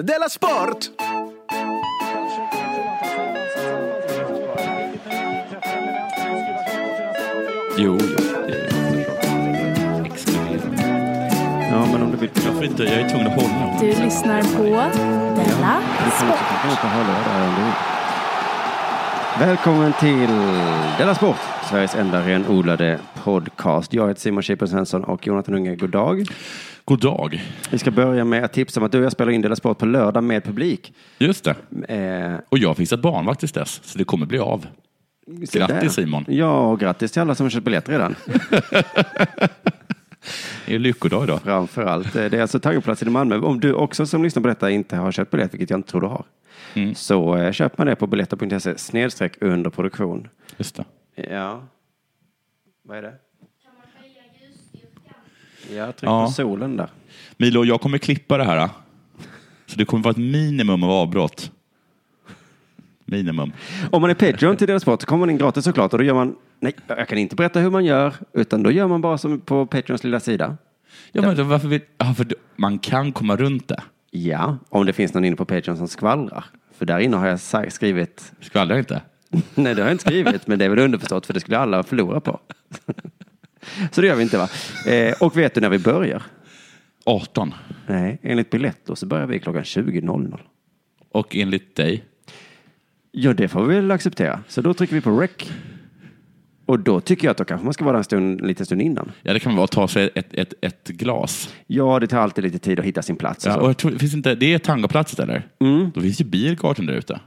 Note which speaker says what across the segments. Speaker 1: Della Sport!
Speaker 2: Jo, jo. Det är exkluderande. Ja, men om du vill. Jag får inte, jag är tvungen att hålla.
Speaker 3: Du lyssnar på Della Sport.
Speaker 4: Välkommen till Della Sport, Sveriges enda renodlade podcast. Jag heter Simon Chippen Svensson och Jonathan Unge, god dag.
Speaker 2: God dag.
Speaker 4: Vi ska börja med att tipsa om att du och jag spelar in Della Sport på lördag med publik.
Speaker 2: Just det.
Speaker 4: Eh,
Speaker 2: Och jag finns ett barnvakt tills dess, så det kommer bli av.
Speaker 4: där.
Speaker 2: Grattis Simon.
Speaker 4: Ja, och grattis till alla som har köpt biljetter redan.
Speaker 2: Det är lyckodag idag.
Speaker 4: Framför allt, eh, det är alltså Tangoplats i Malmö. Om du också som lyssnar på detta inte har köpt biljett, vilket jag inte tror du har,
Speaker 2: Mm.
Speaker 4: så eh, köper man det på biljetter.se snedstreck under produktion.
Speaker 2: Just det.
Speaker 4: Ja. Vad är det? Ja, tryck
Speaker 2: Ja.
Speaker 4: på solen där.
Speaker 2: Milo, jag kommer klippa det här. ah. Så det kommer vara ett minimum av avbrott. Minimum.
Speaker 4: Om man är Patreon till deras sport så kommer man in gratis såklart och då gör man, nej, jag kan inte berätta hur man gör, utan då gör man bara som på Patreons lilla sida.
Speaker 2: Ja, men då varför vill... ja, för då- man kan komma runt det.
Speaker 4: Ja, om det finns någon inne på Patreon som skvallrar. För där inne har jag sa- skrivit,
Speaker 2: Skvallra inte.
Speaker 4: nej det har jag inte skrivit, men det är väl underförstått för det skulle alla förlora på. Så det gör vi inte va? Eh, och vet du när vi börjar?
Speaker 2: 18.
Speaker 4: Nej, enligt Biletto så börjar vi klockan 20.00.
Speaker 2: Och enligt dig?
Speaker 4: Ja, det får vi väl acceptera. Så då trycker vi på rec. Och då tycker jag att då kanske man ska vara där en stund, en liten stund innan.
Speaker 2: Ja, det kan vara att ta sig ett, ett, ett glas.
Speaker 4: Ja, det tar alltid lite tid att hitta sin plats. och
Speaker 2: Ja,
Speaker 4: så.
Speaker 2: och jag tror, det finns inte, det är tangoplatset eller? Mm. Då finns ju Biergarten där ute.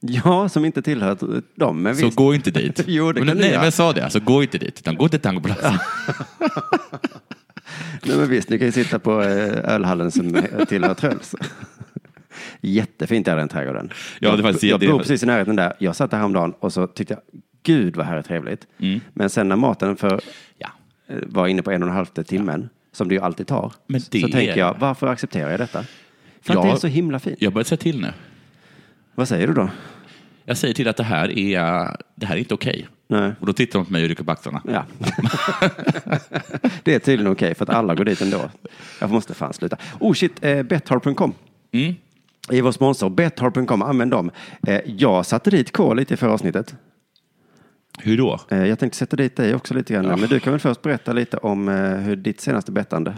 Speaker 4: Ja, som inte tillhör dem. Men
Speaker 2: Så
Speaker 4: visst.
Speaker 2: gå inte dit.
Speaker 4: Jo, det
Speaker 2: men,
Speaker 4: kan du
Speaker 2: nej,
Speaker 4: göra.
Speaker 2: men jag sa det. Så gå inte dit, utan gå till tangoplatsen.
Speaker 4: Nej, men visst, ni kan ju sitta på eh, ölhallen som eh, tillhör Tröls. Jättefint är den trädgården.
Speaker 2: Ja, det är faktiskt-
Speaker 4: jag
Speaker 2: det är
Speaker 4: bor
Speaker 2: faktiskt-
Speaker 4: precis i närheten där. Jag satt där häromdagen och så tyckte jag, gud vad här är trevligt.
Speaker 2: Mm.
Speaker 4: Men sen när maten för,
Speaker 2: Ja.
Speaker 4: eh, var inne på en och en halv timmen, som det ju alltid tar,
Speaker 2: Men det
Speaker 4: så
Speaker 2: är-
Speaker 4: tänker jag, varför accepterar jag detta? För
Speaker 2: Ja.
Speaker 4: att det är så himla fint.
Speaker 2: Jag börjar säga till nu.
Speaker 4: Vad säger du då?
Speaker 2: Jag säger till att det här är, äh, det här är inte okej.
Speaker 4: Nej.
Speaker 2: Och då tittar de på mig och rycker på axlarna.
Speaker 4: Ja. det är tydligen okej för att alla går dit ändå. Jag måste fan sluta. Oh shit, eh, Betthard.com.
Speaker 2: Mm.
Speaker 4: I vår sponsor Betthard.com, använd dem. Eh, jag satte dit K lite i förra avsnittet.
Speaker 2: Hur då?
Speaker 4: Eh, jag tänkte sätta dit dig också lite grann. Men du kan väl först berätta lite om eh, hur ditt senaste bettande.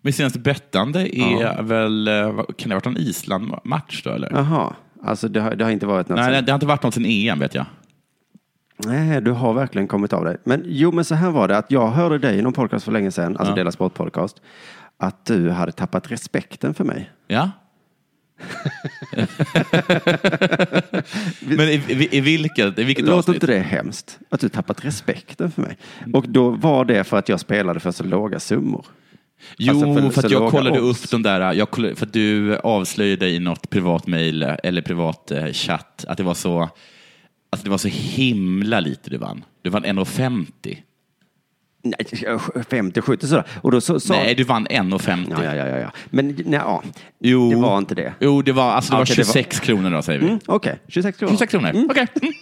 Speaker 2: Mitt senaste bettande är väl, eh, vad- kan det ha varit en Island-match då eller?
Speaker 4: Jaha, alltså det har, det har inte varit något.
Speaker 2: Nej, nej,
Speaker 4: sen-
Speaker 2: det har inte varit något sen EM vet jag.
Speaker 4: Nej, du har verkligen kommit av dig. Men jo, men så här var det att jag hörde dig i någon podcast för länge sedan, alltså
Speaker 2: Ja.
Speaker 4: Dela Sport podcast, att du hade tappat respekten för mig.
Speaker 2: Ja? Men i, i, i vilket, i vilket
Speaker 4: Låter
Speaker 2: avsnitt?
Speaker 4: inte det hemskt? Att du tappat respekten för mig. Och då var det för att jag spelade för så låga summor.
Speaker 2: Jo,
Speaker 4: Alltså, för-
Speaker 2: för,
Speaker 4: så
Speaker 2: att jag
Speaker 4: låga
Speaker 2: kollade
Speaker 4: odds.
Speaker 2: upp de där, jag kollade, för att du avslöjade i något privat mejl eller privat eh, chatt att det var så att det var så himla lite du vann. Du vann 1,50.
Speaker 4: Nej, 50, 70 sådär. Och då så, sa...
Speaker 2: Nej, du vann 1,50.
Speaker 4: Ja, ja, ja, ja, ja. Men nej, ja.
Speaker 2: Jo.
Speaker 4: Det var inte det.
Speaker 2: Jo, det var, alltså, det var
Speaker 4: Okej, det var-
Speaker 2: 26 kronor då, säger vi.
Speaker 4: Mm, Okej, 26 kronor.
Speaker 2: 26 kronor, okej. Mm.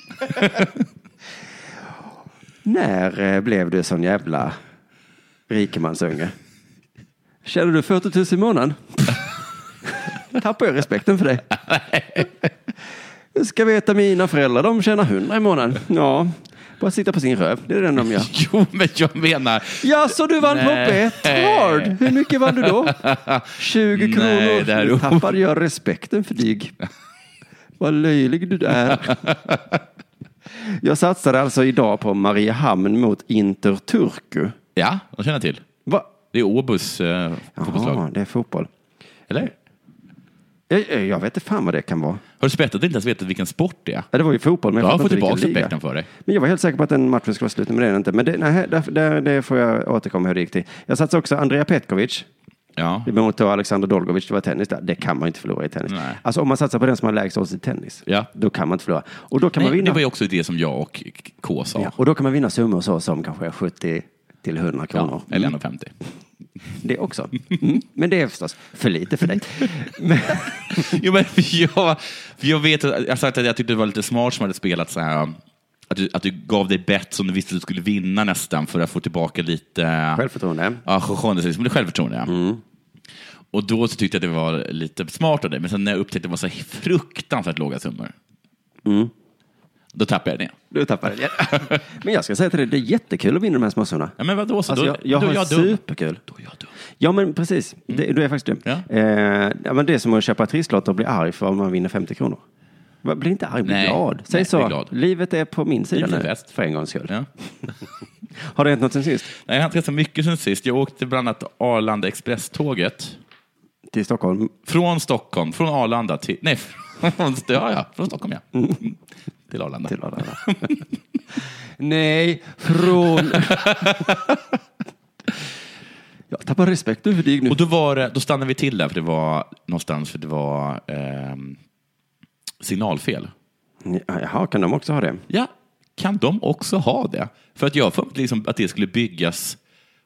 Speaker 4: När eh, blev du sån jävla rikemansunge? Tjänar du 40 000 i månaden? Tappar jag respekten för dig? Du ska veta mina föräldrar, de tjänar 100 i månaden. Ja, bara sitta på sin röv, det är det enda de gör.
Speaker 2: Jo, men jag menar,
Speaker 4: Ja, så du vann på
Speaker 2: Nej.
Speaker 4: Betthard? Hur mycket vann du då? 20 kronor.
Speaker 2: Nej, det här är
Speaker 4: nu
Speaker 2: o-
Speaker 4: tappade jag respekten för dig. Vad löjlig du är. Jag satsade alltså idag på Mariehamn mot Inter Turku.
Speaker 2: ja, de känner jag till.
Speaker 4: Va?
Speaker 2: Det är Åbos eh,
Speaker 4: Jaha,
Speaker 2: fotbollslag,
Speaker 4: det är fotboll.
Speaker 2: eller?
Speaker 4: Jag, jag- jag vet inte fan vad det kan vara.
Speaker 2: Har du spettat inte ens vetat vilken sport det är?
Speaker 4: Ja, det var ju fotboll, men jag
Speaker 2: Då har
Speaker 4: fattar
Speaker 2: jag fått
Speaker 4: inte vilken liga.
Speaker 2: tillbaka respekten för dig.
Speaker 4: Men jag var helt säker på att den matchen skulle vara slut, men det är den inte. Men det, nej, där, där, det får jag återkomma hur det gick till. Jag satsade också Andrea Petkovic.
Speaker 2: Ja.
Speaker 4: Mot då Alexander Dolgovic, det var tennis där. Det kan man ju inte förlora i tennis.
Speaker 2: Nej.
Speaker 4: Alltså om man satsar på den som har lägst odds i tennis,
Speaker 2: Ja.
Speaker 4: då kan man inte förlora. Och då kan man
Speaker 2: Nej,
Speaker 4: vinna.
Speaker 2: det var ju också det som jag och K sa.
Speaker 4: ja, och då kan man vinna summor så som kanske 70 till 100 kronor. Mm,
Speaker 2: Ja, eller 1,50.
Speaker 4: Det också. Mm. Men det är förstås för lite för dig. Men,
Speaker 2: Jo, men för jag, för jag vet att jag sagt att jag tyckte det var lite smart som hade spelat så här. Att du, att du gav dig bett som du visste att du skulle vinna nästan för att få tillbaka lite...
Speaker 4: Självförtroende. Mm.
Speaker 2: Ja, självförtroende. Som det är självförtroende. ja. Och då så tyckte jag att det var lite smart av dig, men sen när jag upptäckte att det var så fruktansvärt låga summor,
Speaker 4: Mm.
Speaker 2: då tappade jag det.
Speaker 4: Du tappade det. Men jag ska säga till dig, det är jättekul att vinna de här småsummarna.
Speaker 2: Ja, men vadå, så
Speaker 4: Alltså,
Speaker 2: då,
Speaker 4: jag, jag
Speaker 2: då
Speaker 4: har
Speaker 2: är jag dum.
Speaker 4: superkul.
Speaker 2: Då är jag dum.
Speaker 4: Ja, men precis. Det, du är faktiskt dum.
Speaker 2: Mm. Ja.
Speaker 4: Eh, ja, men det är som att köpa trisslotter och bli arg för om man vinner 50 kronor. Va, Bli inte arg, bli
Speaker 2: Nej.
Speaker 4: glad. Säg
Speaker 2: Nej, bli
Speaker 4: så.
Speaker 2: glad.
Speaker 4: Livet är på min sida
Speaker 2: Livet är
Speaker 4: nu,
Speaker 2: bäst.
Speaker 4: för en gångs skull.
Speaker 2: Ja.
Speaker 4: Har det hänt något sen sist?
Speaker 2: Nej, jag har inte rest så mycket sen sist. Jag åkte bland annat Arlanda Express-tåget
Speaker 4: Till Stockholm?
Speaker 2: från Stockholm, från Arlanda till... Nej, från, ja, ja, från Stockholm, ja. Mm. Till Arlanda.
Speaker 4: Till Arlanda. Nej, från... jag tappar respekten för dig nu.
Speaker 2: Och då, var det, då stannade vi till där, för det var någonstans, för det var ehm, signalfel.
Speaker 4: Jaha, kan de också ha det?
Speaker 2: Ja, kan de också ha det? För att jag har för mig liksom att det skulle byggas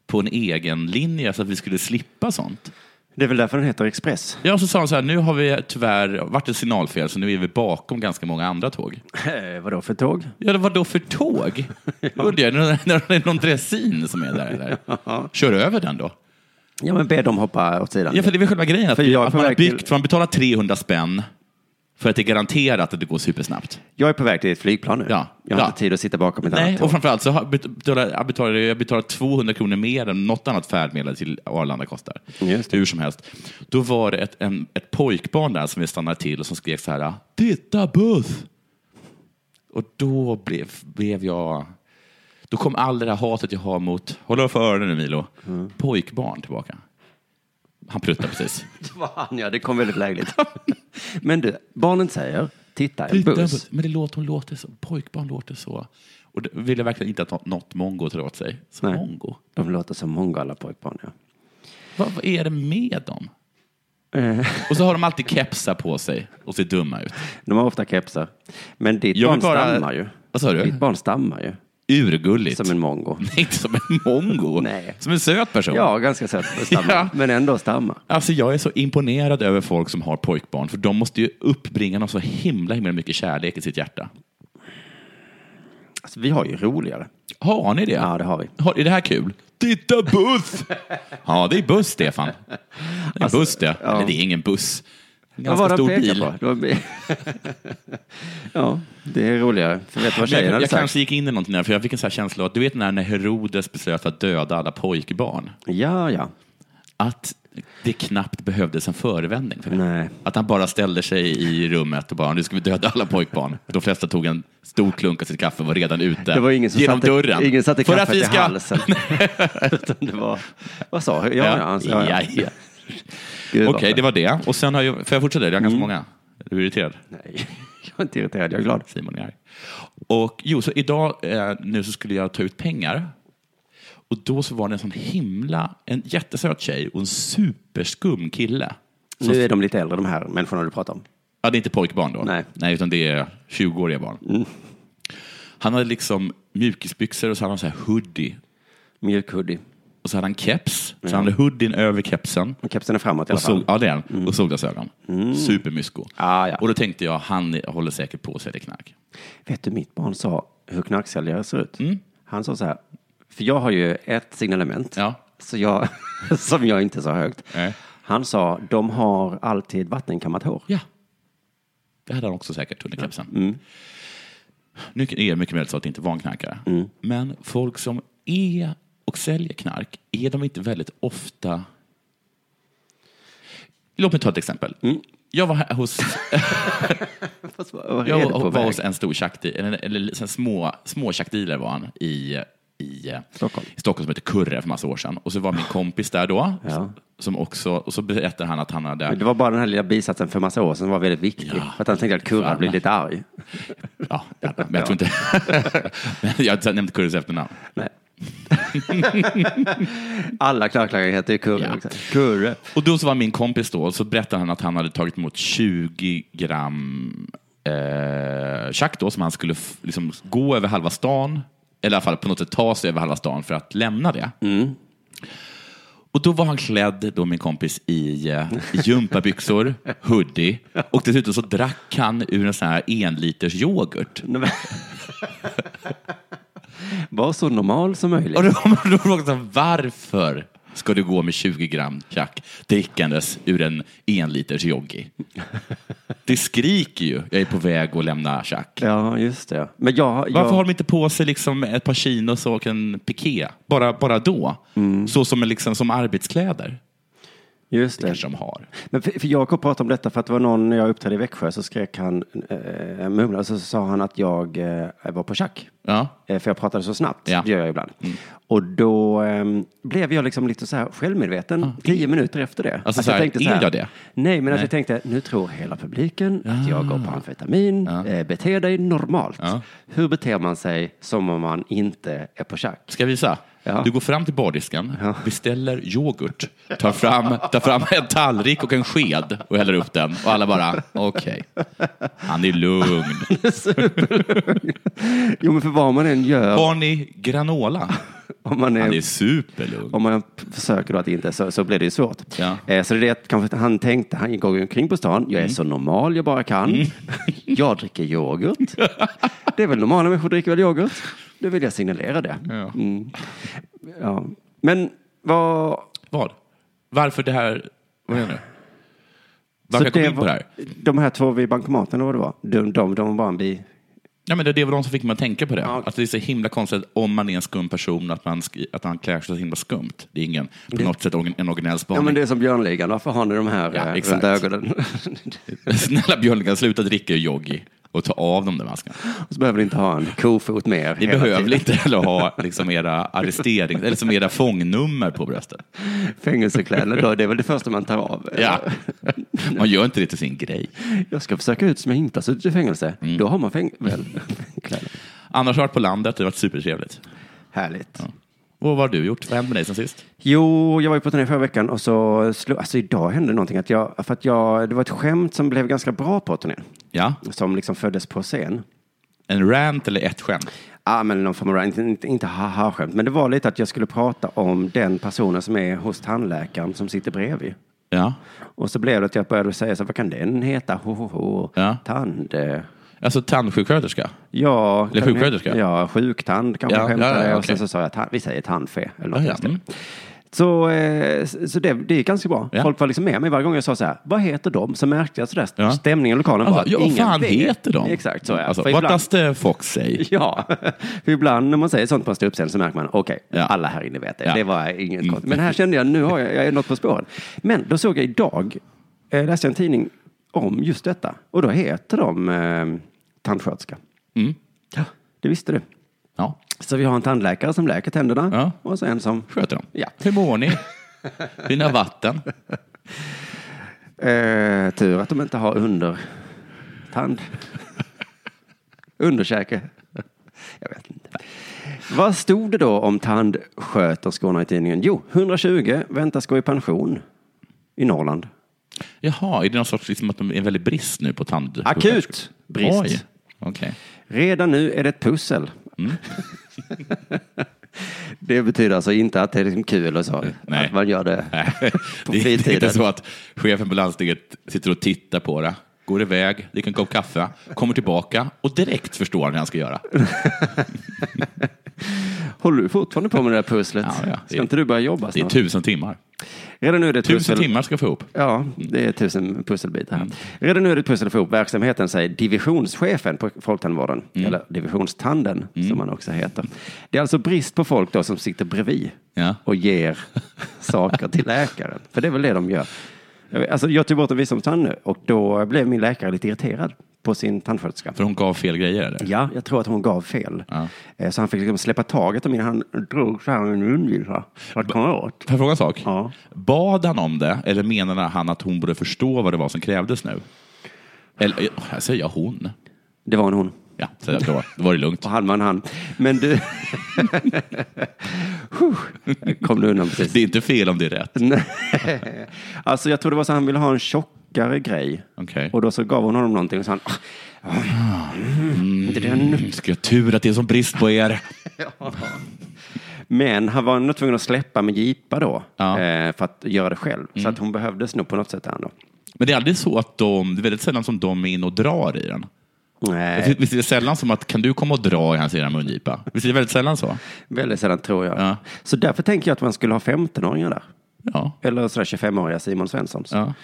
Speaker 2: på en egen linje så att vi skulle slippa sånt.
Speaker 4: Det är väl därför den heter Express.
Speaker 2: Ja, och så sa han så här, nu har vi tyvärr varit ett signalfel så nu är vi bakom ganska många andra tåg.
Speaker 4: Eh, vadå för tåg?
Speaker 2: Ja, vad då för tåg? Undrar jag, när- när det är någon dressin som är där. Eller? Kör över den då.
Speaker 4: Ja, men be dem hoppa åt sidan.
Speaker 2: Ja, för det är väl själva grejen, att,
Speaker 4: För jag är
Speaker 2: att
Speaker 4: på
Speaker 2: man har
Speaker 4: väg till-
Speaker 2: byggt, för man betalar 300 spänn för att det är garanterat att det går supersnabbt.
Speaker 4: Jag är på väg till ett flygplan nu.
Speaker 2: Ja.
Speaker 4: Jag har
Speaker 2: Ja.
Speaker 4: inte tid att sitta bakom ett
Speaker 2: Nej,
Speaker 4: annat
Speaker 2: och
Speaker 4: tåg.
Speaker 2: framförallt så har- betalar jag betalar, jag betalar 200 kronor mer än något annat färdmedel till Arlanda kostar.
Speaker 4: Just det.
Speaker 2: Hur som helst. Då var det ett, en, ett pojkbarn där som vi stannade till och som skrek så här, titta buss! Och då blev, blev jag, då kom all det där hatet jag har mot, håll dig för öronen nu Milo,
Speaker 4: Mm.
Speaker 2: pojkbarn tillbaka. Han pruttade precis.
Speaker 4: Det var han, ja. Det kom väldigt lägligt. men du, barnen säger, titta, en
Speaker 2: Titta,
Speaker 4: buss.
Speaker 2: Men det låter, hon låter så, pojkbarn låter så. Och det ville verkligen inte att nå- något mongo tar åt sig. Så
Speaker 4: Nej.
Speaker 2: mongo.
Speaker 4: De låter som många alla pojkbarn, ja.
Speaker 2: Vad, vad är det med dem?
Speaker 4: Eh,
Speaker 2: Och så har de alltid kepsar på sig och ser dumma ut.
Speaker 4: De har ofta kepsar. Men ditt
Speaker 2: Jag
Speaker 4: barn
Speaker 2: vill bara-
Speaker 4: stammar ju.
Speaker 2: Vad sa du?
Speaker 4: Ditt barn stammar ju.
Speaker 2: Urgulligt.
Speaker 4: Som en mongo.
Speaker 2: Nej, inte som en mongo.
Speaker 4: Nej.
Speaker 2: Som en söt person.
Speaker 4: Ja, ganska söt att stamma.
Speaker 2: Ja.
Speaker 4: Men ändå stammar.
Speaker 2: Alltså jag är så imponerad över folk som har pojkbarn, för de måste ju uppbringa någon så himla, himla mycket kärlek i sitt hjärta.
Speaker 4: Alltså, vi har ju roligare.
Speaker 2: Har ni det?
Speaker 4: Ja, det har vi.
Speaker 2: Har, är det här kul? Titta buss! ja, det är buss, Stefan. Det är buss det.
Speaker 4: Alltså, ja.
Speaker 2: Eller det är ingen buss. En
Speaker 4: Vad var
Speaker 2: Ganska
Speaker 4: det han
Speaker 2: stor
Speaker 4: pekade på?
Speaker 2: bil.
Speaker 4: Det var bi- ja, det är roligare. För vet du vad
Speaker 2: Men
Speaker 4: tjejen
Speaker 2: Jag,
Speaker 4: hade
Speaker 2: jag
Speaker 4: sagt?
Speaker 2: kanske gick in i någonting där, för jag fick en sån här känsla av att du vet när när Herodes beslöt att döda alla pojkbarn,
Speaker 4: Ja, ja.
Speaker 2: att det knappt behövdes en förevändning för det.
Speaker 4: Nej.
Speaker 2: Att han bara ställde sig i rummet och bara, nu ska vi döda alla pojkbarn. De flesta tog en stor klunk av sitt kaffe och var redan ute
Speaker 4: Det var ingen som
Speaker 2: genom
Speaker 4: satte,
Speaker 2: dörren.
Speaker 4: Ingen satte
Speaker 2: För att
Speaker 4: kaffet
Speaker 2: vi
Speaker 4: i
Speaker 2: ska-
Speaker 4: halsen. Utan det var, vad sa jag? Ja, ja. han sa,
Speaker 2: Ja,
Speaker 4: ja,
Speaker 2: ja.
Speaker 4: Gud,
Speaker 2: Okej,
Speaker 4: vad
Speaker 2: det var det. Och sen har jag, får jag fortsätta? Jag har
Speaker 4: Mm.
Speaker 2: ganska många. Är du irriterad?
Speaker 4: Nej, jag är inte irriterad. Jag är glad.
Speaker 2: Simon är arg. Och jo, så idag eh, nu så skulle jag ta ut pengar. Och då så var det en sån himla, en jättesöt tjej och en superskum kille.
Speaker 4: Nu är de lite äldre, de här människorna du pratar om.
Speaker 2: Ja, det är inte pojkbarn då.
Speaker 4: Nej. Mm.
Speaker 2: Nej utan det är 20-åriga barn. Han hade liksom mjukisbyxor och så hade han så här hoodie.
Speaker 4: Mjölkhoodie.
Speaker 2: Och så hade han keps. Så han hade hoodien över kepsen.
Speaker 4: Och Kepsen är framåt i alla
Speaker 2: Och
Speaker 4: fall. Mm.
Speaker 2: sol, ja, det är han. Och solglasögon. Supermysko.
Speaker 4: Ah, ja.
Speaker 2: Och då tänkte jag, han håller säkert på att sälja knark.
Speaker 4: Vet du, mitt barn sa hur knarksäljare ser ut. Han sa så här, för jag har ju ett signalement
Speaker 2: Ja.
Speaker 4: så jag, som jag inte sa högt.
Speaker 2: Nej.
Speaker 4: Han sa, de har alltid vattenkammat hår.
Speaker 2: Ja. Det hade han också säkert under kepsen.
Speaker 4: Mm.
Speaker 2: Nu är det mycket möjligt så att det inte var en knarkare.
Speaker 4: Mm.
Speaker 2: Men folk som är och säljer knark, är de inte väldigt ofta... Låt mig ta ett exempel.
Speaker 4: Mm.
Speaker 2: Jag var här hos,
Speaker 4: Fast vad- vad är
Speaker 2: jag
Speaker 4: det på
Speaker 2: var
Speaker 4: väg?
Speaker 2: hos en stor tjackdealer, eller, eller en små, små tjackdealer var han i, i
Speaker 4: Stockholm.
Speaker 2: i Stockholm som hette Kurre för massa år sedan. Och så var min kompis där då,
Speaker 4: Ja.
Speaker 2: som också, och så berättade han att han hade...
Speaker 4: Det var bara den här lilla bisatsen för massa år sedan som var väldigt viktig.
Speaker 2: Ja.
Speaker 4: För att han tänkte att kurran blev lite arg.
Speaker 2: Ja, men jag tror inte... Men jag nämnde Kurres efternamn.
Speaker 4: Nej. Alla knarklangare heter ju kurre.
Speaker 2: Ja.
Speaker 4: också. Kurre.
Speaker 2: Och då så var min kompis då, och så berättade han att han hade tagit emot 20 gram eh, tjack då, som han skulle f- liksom gå över halva stan, eller i alla fall på något sätt ta sig över halva stan för att lämna det. Och då var han klädd, då min kompis, i, eh, i gympabyxor, hoodie och dessutom så drack han ur en sån här enliters yoghurt.
Speaker 4: Nej, men- Var så normal som möjligt.
Speaker 2: Och då kommer de också så här, varför? ska du gå med 20 gram crack drickandes ur en enliters joggi. Det skriker ju, jag är på väg att lämna crack.
Speaker 4: Ja, just det. Men jag,
Speaker 2: Varför
Speaker 4: jag,
Speaker 2: har de inte på sig liksom ett par chinos och en piké? Bara, bara då?
Speaker 4: Mm.
Speaker 2: Så som, en liksom, som arbetskläder?
Speaker 4: just
Speaker 2: Det kanske
Speaker 4: det.
Speaker 2: de har.
Speaker 4: Men för, för Jakob pratade om detta för att det var någon när jag uppträdde i Växjö så skrek han, eh, mumlade, så sa han att jag eh, var på schack.
Speaker 2: Ja.
Speaker 4: Eh, För jag pratade så snabbt,
Speaker 2: Ja. Mm.
Speaker 4: det gör jag ibland. Och då ehm, blev jag liksom lite så här självmedveten tio minuter efter det.
Speaker 2: Ah. Alltså så här, är jag det?
Speaker 4: Nej, men att jag tänkte, nu tror hela publiken att jag
Speaker 2: Ah.
Speaker 4: går på amfetamin, eh, bete dig normalt.
Speaker 2: Ja.
Speaker 4: Hur beter man sig som om man inte är på schack?
Speaker 2: Ska jag visa?
Speaker 4: Ja.
Speaker 2: Du går fram till bardisken, beställer yoghurt, tar fram, tar fram en tallrik och en sked och häller upp den. Och alla bara, okej. Han är lugn.
Speaker 4: Jo, men för vad man än gör,
Speaker 2: Har ni granola?
Speaker 4: om man
Speaker 2: Han är
Speaker 4: är,
Speaker 2: superlugn.
Speaker 4: om man försöker då att inte, så, så blir det ju svårt.
Speaker 2: Ja. Mm.
Speaker 4: Eh, så det är det att kanske han tänkte, han går ju omkring på stan, jag är så normal jag bara kan. jag dricker yoghurt. det är väl normala människor dricker väl yoghurt. Nu vill jag signalera det.
Speaker 2: Ja.
Speaker 4: Mm. Ja. Men vad...
Speaker 2: Vad? Varför det här? Vad menar du? Varför jag kom
Speaker 4: det
Speaker 2: in på
Speaker 4: var-
Speaker 2: det här?
Speaker 4: De här två vid bankomaten, eller vad det var, de, de, de var bara en bi...
Speaker 2: Ja, men det, det var de som fick mig att tänka på det.
Speaker 4: okej.
Speaker 2: Att det är så himla konstigt om man är en skum person att man, skri- att man klär sig så himla skumt. Det är ingen, på något sätt organ- en originell
Speaker 4: Ja,
Speaker 2: spaning.
Speaker 4: men det är som Björnligan, varför har ni de här
Speaker 2: Ja,
Speaker 4: eh,
Speaker 2: exakt.
Speaker 4: runt ögonen?
Speaker 2: Snälla Björn, kan sluta dricka joggi och ta av de där maskerna.
Speaker 4: Och så behöver ni inte ha en kofot med er.
Speaker 2: Ni
Speaker 4: hela
Speaker 2: behöver
Speaker 4: tiden.
Speaker 2: inte heller ha liksom era arrestering, eller som era fångnummer på bröstet.
Speaker 4: Fängelsekläder, då, det är väl det första man tar av.
Speaker 2: Ja. Man gör inte det till sin grej.
Speaker 4: Jag ska försöka ut som jag inte har suttit i fängelse. Då har man fäng- väl fängelse.
Speaker 2: Annars har jag varit på landet, det har varit supertrevligt.
Speaker 4: Härligt.
Speaker 2: Och vad har du gjort? Vad hände med dig sen sist?
Speaker 4: Jo, jag var ju på turné förra veckan och så slog, alltså idag hände någonting att jag, för att jag, det var ett skämt som blev ganska bra på turnén.
Speaker 2: Ja,
Speaker 4: Som liksom föddes på scen.
Speaker 2: en rant eller ett skämt?
Speaker 4: Ja, men någon form av, inte, inte, inte haha-skämt, men det var lite att jag skulle prata om den personen som är hos tandläkaren som sitter bredvid.
Speaker 2: Ja.
Speaker 4: Och så blev det att jag började säga så här, vad kan den heta? Ho, ho, ho.
Speaker 2: Ja.
Speaker 4: Tand... eh,
Speaker 2: Alltså tandsjuksköterska?
Speaker 4: Ja,
Speaker 2: Eller sjuksköterska?
Speaker 4: Ja, sjuktand kanske
Speaker 2: Ja,
Speaker 4: ja, skämtade
Speaker 2: ja, ja,
Speaker 4: och sen
Speaker 2: okej.
Speaker 4: så sa jag att vi säger tandfe eller något.
Speaker 2: Ja,
Speaker 4: i
Speaker 2: ja,
Speaker 4: den stilen.
Speaker 2: mm.
Speaker 4: Så, eh, så det, det gick ganska bra.
Speaker 2: Ja.
Speaker 4: Folk var liksom med mig varje gång jag sa så här, vad heter de? Så märkte jag sådär
Speaker 2: Ja.
Speaker 4: stämningen i lokalen var
Speaker 2: Alltså,
Speaker 4: att
Speaker 2: ja, vad
Speaker 4: ingen
Speaker 2: fan
Speaker 4: vet.
Speaker 2: heter de?
Speaker 4: Exakt så ja.
Speaker 2: Alltså,
Speaker 4: För
Speaker 2: what
Speaker 4: ibland,
Speaker 2: does the fox say?
Speaker 4: Ja, för ibland när man säger sånt på en ståuppscen så märker man, okej,
Speaker 2: Ja.
Speaker 4: alla här inne vet det.
Speaker 2: Ja.
Speaker 4: Det var inget
Speaker 2: Mm.
Speaker 4: konstigt. Men här kände jag, nu har jag, jag är något på spåren. Men då såg jag idag, eh, läste jag en tidning om just detta. Och då heter de eh, tandsköterska.
Speaker 2: Mm.
Speaker 4: Ja, det visste du.
Speaker 2: Ja,
Speaker 4: Så vi har en tandläkare som läker tänderna
Speaker 2: Ja.
Speaker 4: och så en som...
Speaker 2: sköter de.
Speaker 4: Ja.
Speaker 2: Hur mår ni? Vill ni ha vatten?
Speaker 4: Eh, tur att de inte har under... Tand. Underkäke. Jag vet inte. Vad stod det då om tandsköterskorna i tidningen? Jo, 120 väntas gå i pension i Norrland.
Speaker 2: Jaha, är det någon sorts, liksom att de är en väldig brist nu på tand?
Speaker 4: Akut brist.
Speaker 2: Oj, okej.
Speaker 4: Redan nu är det ett pussel.
Speaker 2: Mm.
Speaker 4: det betyder alltså inte att det är liksom kul och så.
Speaker 2: Nej.
Speaker 4: Att man gör det på
Speaker 2: Det är inte
Speaker 4: fritiden.
Speaker 2: så att chefen på landstinget sitter och tittar på det, går iväg, dricker en kopp kaffe, kommer tillbaka och direkt förstår han hur han ska göra.
Speaker 4: Håller du fortfarande på med det där pusslet?
Speaker 2: Ja, ja.
Speaker 4: Ska inte du börja jobba
Speaker 2: Det är
Speaker 4: snart?
Speaker 2: tusen timmar.
Speaker 4: Redan nu är det ett
Speaker 2: Tusen
Speaker 4: pussel.
Speaker 2: timmar Mm. ska jag få ihop.
Speaker 4: Ja, det är tusen pusselbitar. här. Redan nu är det ett pussel att få ihop verksamheten, säger divisionschefen på Folktandvården.
Speaker 2: Mm.
Speaker 4: Eller divisionstanden, som man också heter. Det är alltså brist på folk då som sitter bredvid
Speaker 2: Ja.
Speaker 4: och ger saker till läkaren. För det är väl det de gör. Jag vet, Alltså, jag tog bort en visdomstand nu och då blev min läkare lite irriterad på sin tandsköterska.
Speaker 2: För hon gav fel grejer, eller?
Speaker 4: Ja, jag tror att hon gav fel. Eh, Så han fick liksom släppa taget om min. Han drog så här med en munvisa för att komma åt.
Speaker 2: Får jag fråga en sak?
Speaker 4: Ja.
Speaker 2: Bad han om det eller menade han att hon borde förstå vad det var som krävdes nu? Eller, eh, här säger jag hon.
Speaker 4: Det var en hon.
Speaker 2: Ja, säger jag då. Då var det lugnt.
Speaker 4: Och han var en han. Men du... Huh, kom du undan precis?
Speaker 2: Det är inte fel om det är rätt.
Speaker 4: Nej. alltså jag tror det var så han ville ha en tjockare grej.
Speaker 2: Okej.
Speaker 4: Och då så gav hon honom någonting och sa han... "Ah, mm, Inte den.
Speaker 2: Ska jag tur att det är som brist på er.
Speaker 4: Men han var ändå tvungen att släppa med Jeepa då.
Speaker 2: Ja. Mm.
Speaker 4: Eh, för att göra det själv. Så att hon behövdes nog på något sätt ändå.
Speaker 2: Men det är aldrig så att de, det är väldigt sällan som de är inne och drar i den.
Speaker 4: Nej,
Speaker 2: Visst visst är det sällan som att kan du komma och dra i hans ena mungipa? Visst är det väldigt sällan så?
Speaker 4: väldigt sällan tror jag.
Speaker 2: Ja.
Speaker 4: Så därför tänker jag att man skulle ha 15-åringar där.
Speaker 2: Ja.
Speaker 4: Eller sådär 25-åriga Simon Svenssons.
Speaker 2: ja.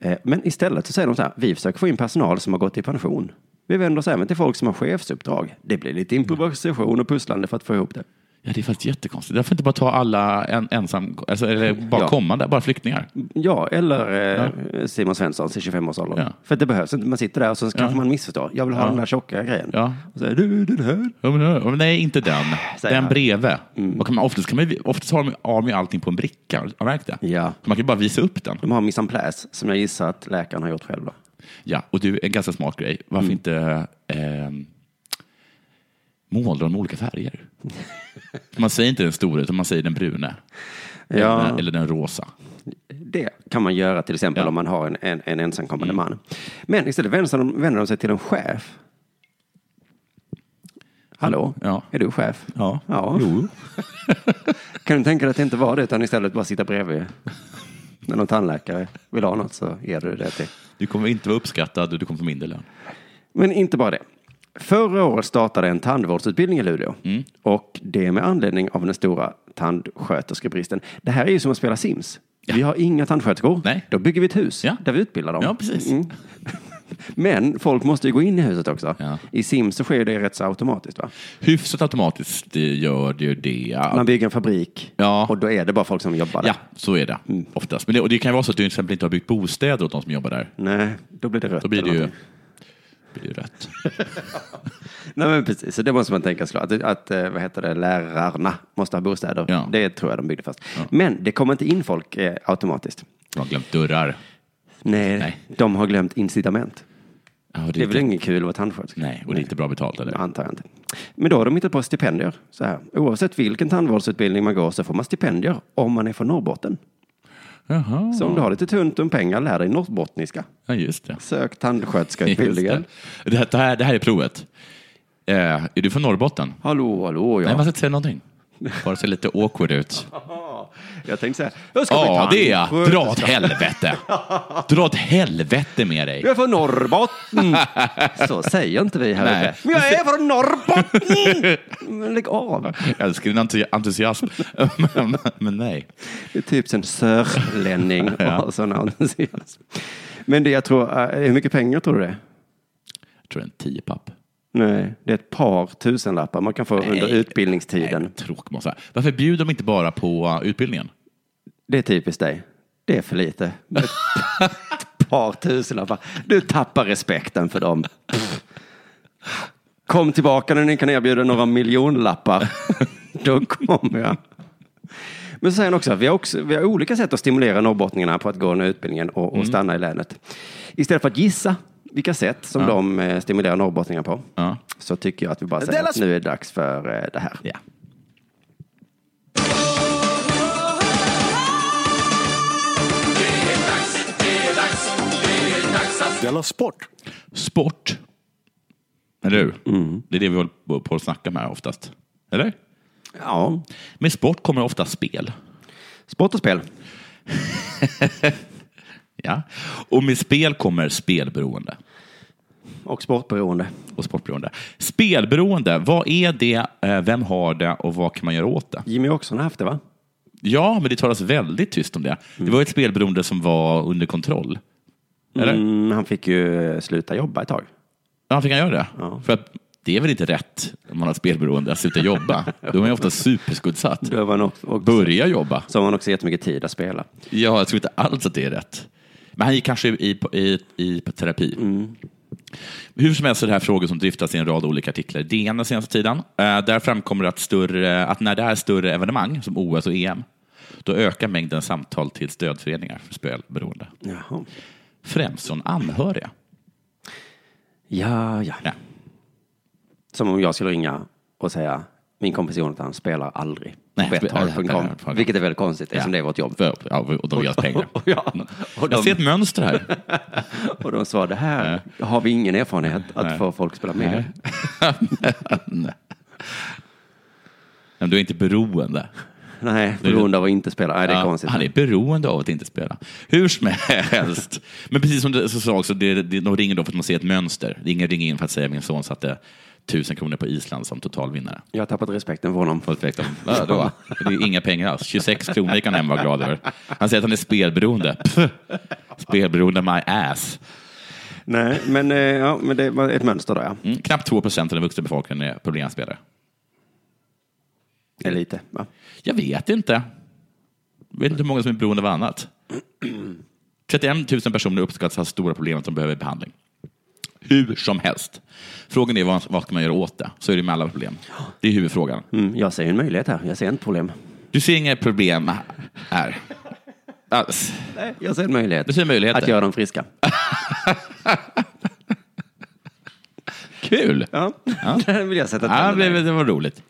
Speaker 4: Eh, Men istället så säger de så här, vi försöker få in personal som har gått i pension. Vi vänder oss även till folk som har chefsuppdrag. Det blir lite improvisation och pusslande för att få ihop det.
Speaker 2: Ja, det är faktiskt jättekonstigt. Därför inte bara ta alla en, ensam, alltså, eller bara
Speaker 4: Ja.
Speaker 2: kommande, bara flyktingar.
Speaker 4: Ja, eller eh, Simon Svensson i 25-årsåldern.
Speaker 2: Ja.
Speaker 4: För att det behövs inte. Man sitter där och så kanske man missförstår. Jag vill ha den där tjocka grejen.
Speaker 2: Ja.
Speaker 4: Och så är du den här.
Speaker 2: Ja, men, ja, men nej, inte den.
Speaker 4: Äh, Säger
Speaker 2: Den
Speaker 4: han. Mm.
Speaker 2: bredvid. Och kan man, oftast, kan man, ju- oftast har de, har de ju allting på en bricka. Har du märkt det?
Speaker 4: Ja.
Speaker 2: Så man kan ju bara visa upp den.
Speaker 4: De har mise en place som jag gissar att läkaren har gjort själv. Då.
Speaker 2: Ja, och du, en ganska smart grej. Varför
Speaker 4: Mm.
Speaker 2: inte eh, måla dem i olika färger? man säger inte den stora, utan man säger den brune.
Speaker 4: Ja.
Speaker 2: Eller, eller den rosa.
Speaker 4: Det kan man göra till exempel
Speaker 2: Ja. Mm.
Speaker 4: om man har en, en, en ensamkommande man. Men istället vänder de, vänder de sig till en chef. Hallå,
Speaker 2: Ja.
Speaker 4: är du chef?
Speaker 2: Ja.
Speaker 4: ja. Kan du tänka dig att det inte var det utan istället bara sitta bredvid? När någon tandläkare vill ha något så ger du det till.
Speaker 2: Du kommer inte vara uppskattad och du kommer få mindre lön.
Speaker 4: Men inte bara det. Förra året startade en tandvårdsutbildning i Luleå.
Speaker 2: Mm.
Speaker 4: Och det med anledning av den stora tandsköterskebristen. Det här är ju som att spela Sims. Vi har inga tandsköterskor.
Speaker 2: Nej.
Speaker 4: Då bygger vi ett hus
Speaker 2: Ja.
Speaker 4: där vi utbildar dem. Mm.
Speaker 2: Ja, precis.
Speaker 4: Men folk måste ju gå in i huset också.
Speaker 2: Ja.
Speaker 4: I Sims så sker det rätt så automatiskt. Va?
Speaker 2: Hyfsat automatiskt eh, gör det ju det.
Speaker 4: Man bygger en fabrik
Speaker 2: Ja.
Speaker 4: och då är det Mm. bara folk som jobbar där.
Speaker 2: Ja, så är det oftast. Men det, och det kan ju vara så att du till exempel inte har byggt bostäder åt de som jobbar där.
Speaker 4: Nej, då blir det rött.
Speaker 2: Då blir
Speaker 4: eller
Speaker 2: det ju
Speaker 4: någonting.
Speaker 2: blir det ju rätt.
Speaker 4: Nej, men precis. Så det måste man tänka sig. Att, att eh, vad heter det, lärarna måste ha bostäder.
Speaker 2: Ja.
Speaker 4: Det tror jag de byggde först. Men det kommer inte in folk eh, automatiskt.
Speaker 2: De har glömt dörrar.
Speaker 4: Nej,
Speaker 2: Nej.
Speaker 4: de har glömt incitament.
Speaker 2: Ja, och
Speaker 4: Det är väl
Speaker 2: inte,
Speaker 4: ingen kul att vara tandsköterska?
Speaker 2: nej, och det är inte bra betalt eller?
Speaker 4: Antar jag inte. Men då har de hittat på stipendier. Så här. Oavsett vilken tandvårdsutbildning man går så får man stipendier om man är från Norrbotten.
Speaker 2: Jaha,
Speaker 4: Så om du har lite tunt om pengar, lär dig norrbottniska.
Speaker 2: ja, just det.
Speaker 4: Sök
Speaker 2: Just det.
Speaker 4: tandsköterskeutbildningen.
Speaker 2: Det, här- det, här, det här är provet. Eh, är du från Norrbotten?
Speaker 4: Hallå, hallå, ja.
Speaker 2: Nej, man ska inte säga någonting. Bara se lite awkward ut.
Speaker 4: Jag tänkte säga, jag ska bli
Speaker 2: Ja, det är jag. Dra åt
Speaker 4: tandsköterska.
Speaker 2: helvete. Dra åt helvete med dig.
Speaker 4: Jag är från Norrbotten. Så säger inte vi här
Speaker 2: Nej.
Speaker 4: uppe. Men jag är från Norrbotten! Men lägg av.
Speaker 2: Jag älskar din entu- entusiasm. men, men nej.
Speaker 4: Det är typ en sörlänning och sån entusiasm. Men det jag tror, eh, hur mycket pengar tror du det är?
Speaker 2: Jag tror det är en tio papp.
Speaker 4: Nej, det är ett par tusenlappar man kan få under utbildningstiden.
Speaker 2: Nej, tråkigt måste jag säga. Varför bjuder de inte bara på uh, utbildningen?
Speaker 4: Det är typiskt dig. Det är för lite. Ett par tusenlappar. Du tappar respekten för dem. Kom tillbaka när ni kan erbjuda några miljonlappar. Då kommer jag. Men så säger han också, vi har, också, vi har olika sätt att stimulera norrbottningarna på att gå den här utbildningen och, och
Speaker 1: Mm.
Speaker 4: stanna i länet. Istället för att gissa vilka sätt som de eh, stimulerar norrbottningar på
Speaker 2: Ja.
Speaker 4: så tycker jag att vi bara säger att nu är det dags för eh, det här.
Speaker 2: Ja.
Speaker 1: Della Sport!
Speaker 2: Sport. Eller hur? Det är det vi håller på att snacka med oftast. Eller?
Speaker 4: Ja,
Speaker 2: Med sport kommer ofta spel.
Speaker 4: sport och spel.
Speaker 2: Ja. Och med spel kommer spelberoende
Speaker 4: Och sportberoende.
Speaker 2: och sportberoende. Spelberoende, vad är det, eh, vem har det och vad kan man göra åt det?
Speaker 4: Jimmy Åkesson har haft det va?
Speaker 2: Ja, men det talas väldigt tyst om det. Det var ju ett spelberoende som var under kontroll. Eller?
Speaker 4: Mm, han fick ju eh, sluta jobba ett tag.
Speaker 2: Ja, han fick han göra det? För att det är väl inte rätt om man har ett spelberoende att sluta jobba? Då är man ju ofta superskuldsatt.
Speaker 4: Då var han också, och,
Speaker 2: Börja jobba.
Speaker 4: så har han också jättemycket tid att spela.
Speaker 2: Ja, jag tror inte alls att det är rätt. Men han gick kanske i, i, i terapi.
Speaker 4: Mm.
Speaker 2: Hur som helst är det här frågor som driftas i en rad olika artiklar i DN den senaste tiden. Eh, där framkommer det att, större, att när det är större evenemang, som OS och EM, då ökar mängden samtal till stödföreningar för spelberoende.
Speaker 4: Jaha.
Speaker 2: Främst från anhöriga.
Speaker 4: Ja, ja,
Speaker 2: Ja.
Speaker 4: Som om jag skulle ringa och säga min kompis Jonathan spelar aldrig.
Speaker 2: Nej, spe-
Speaker 4: Betthard.com.
Speaker 2: nej, nej,
Speaker 4: Vilket är väldigt konstigt eftersom det
Speaker 2: Ja.
Speaker 4: är vårt jobb.
Speaker 2: För- Ja, och de ger oss pengar. Mm.
Speaker 4: Ja, och
Speaker 2: Jag
Speaker 4: de,
Speaker 2: ser ett mönster här.
Speaker 4: och de sa det här har vi ingen erfarenhet att
Speaker 2: Nej.
Speaker 4: få folk att spela med.
Speaker 2: Men du är inte beroende.
Speaker 4: Nej, beroende av att inte spela. Nej, det är
Speaker 2: Ja,
Speaker 4: konstigt.
Speaker 2: Han är beroende av att inte spela. Hur som helst. Men precis som du sa också, det, det, de ringer då för att man ser ett mönster. Det är Ingen ringer in för att säga min son satte tusen kronor på Island som totalvinnare.
Speaker 4: Jag har tappat respekten för honom.
Speaker 2: På ett direkt om, "Ja, då, det är inga pengar alls. 26 kronor gick han hem och var glad över. Han säger att han är spelberoende. Pff, spelberoende my ass.
Speaker 4: Nej, men, eh, ja, men det var ett mönster där, ja.
Speaker 2: Mm, knappt 2 procent av den vuxna befolkningen är problemspelare.
Speaker 4: Eller lite. Va?
Speaker 2: Jag vet inte. Jag vet inte hur många som är beroende av annat. 31 000 personer uppskattas ha stora problem som behöver behandling. Hur som helst. Frågan är vad, vad ska man göra åt det? Så är det med alla problem. Det är huvudfrågan.
Speaker 4: Mm, jag ser ju en möjlighet här. Jag ser ett problem.
Speaker 2: Du ser inga problem här. Alls.
Speaker 4: Nej, jag ser en möjlighet.
Speaker 2: Du ser möjligheter.
Speaker 4: Att göra dem friska.
Speaker 2: Kul!
Speaker 4: Ja, där vill jag sätta
Speaker 2: Ja,
Speaker 4: tänderna i.
Speaker 2: det, det var roligt.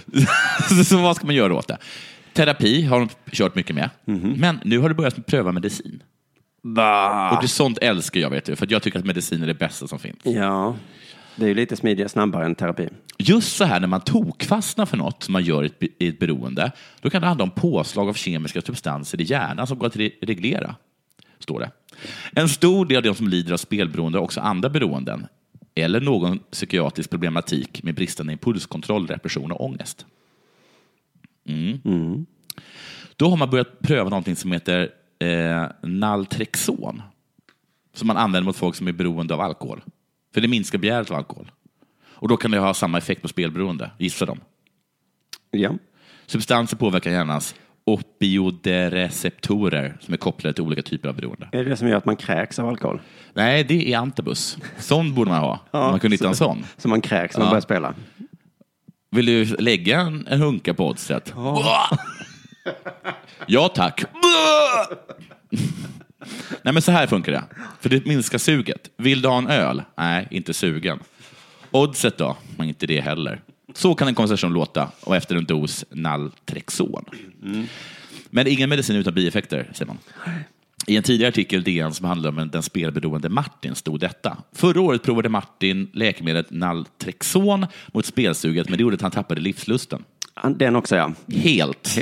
Speaker 2: Så, så vad ska man göra åt det? Terapi har de kört mycket med.
Speaker 4: Mhm.
Speaker 2: Men nu har det börjat pröva medicin. Och det är sånt älskar jag, vet du. För att jag tycker att medicin är det bästa som finns.
Speaker 4: Ja, det är ju lite smidigare, snabbare än terapi.
Speaker 2: Just så här när man tokfastnar för något som man gör i ett, be- i ett beroende, då kan det handla om påslag av kemiska substanser i hjärnan som går att re- reglera, står det. En stor del av de som lider av spelberoende har också andra beroenden eller någon psykiatrisk problematik med bristande impulskontroll, repression och ångest. Mm. Då har man börjat pröva någonting som heter eh, Naltrexon, som man använder mot folk som är beroende av alkohol. För det minskar begäret av alkohol. Och då kan det ha samma effekt på spelberoende, gissar de.
Speaker 4: Ja.
Speaker 2: Substanser påverkar hjärnans opioidreceptorer som är kopplade till olika typer av beroende.
Speaker 4: Är det det som gör att man kräks av alkohol?
Speaker 2: Nej, det är antabus. Sån borde man ha. om man kunde hitta en sån.
Speaker 4: Så man kräks när man
Speaker 2: Ja.
Speaker 4: börjar spela?
Speaker 2: Vill du lägga en, en hunka på oddset? Ja tack. Nej men så här funkar det. För det minskar suget. Vill du ha en öl? Nej, inte sugen. Oddset då? Men inte det heller. Så kan en konversation låta och efter en dos Naltrexon. Men ingen medicin utan bieffekter, säger man. I en tidigare artikel i DN som handlade om den spelberoende Martin stod detta. Förra året provade Martin läkemedlet Naltrexon mot spelsuget, men det gjorde att han tappade livslusten.
Speaker 4: Den också ja.
Speaker 2: Helt.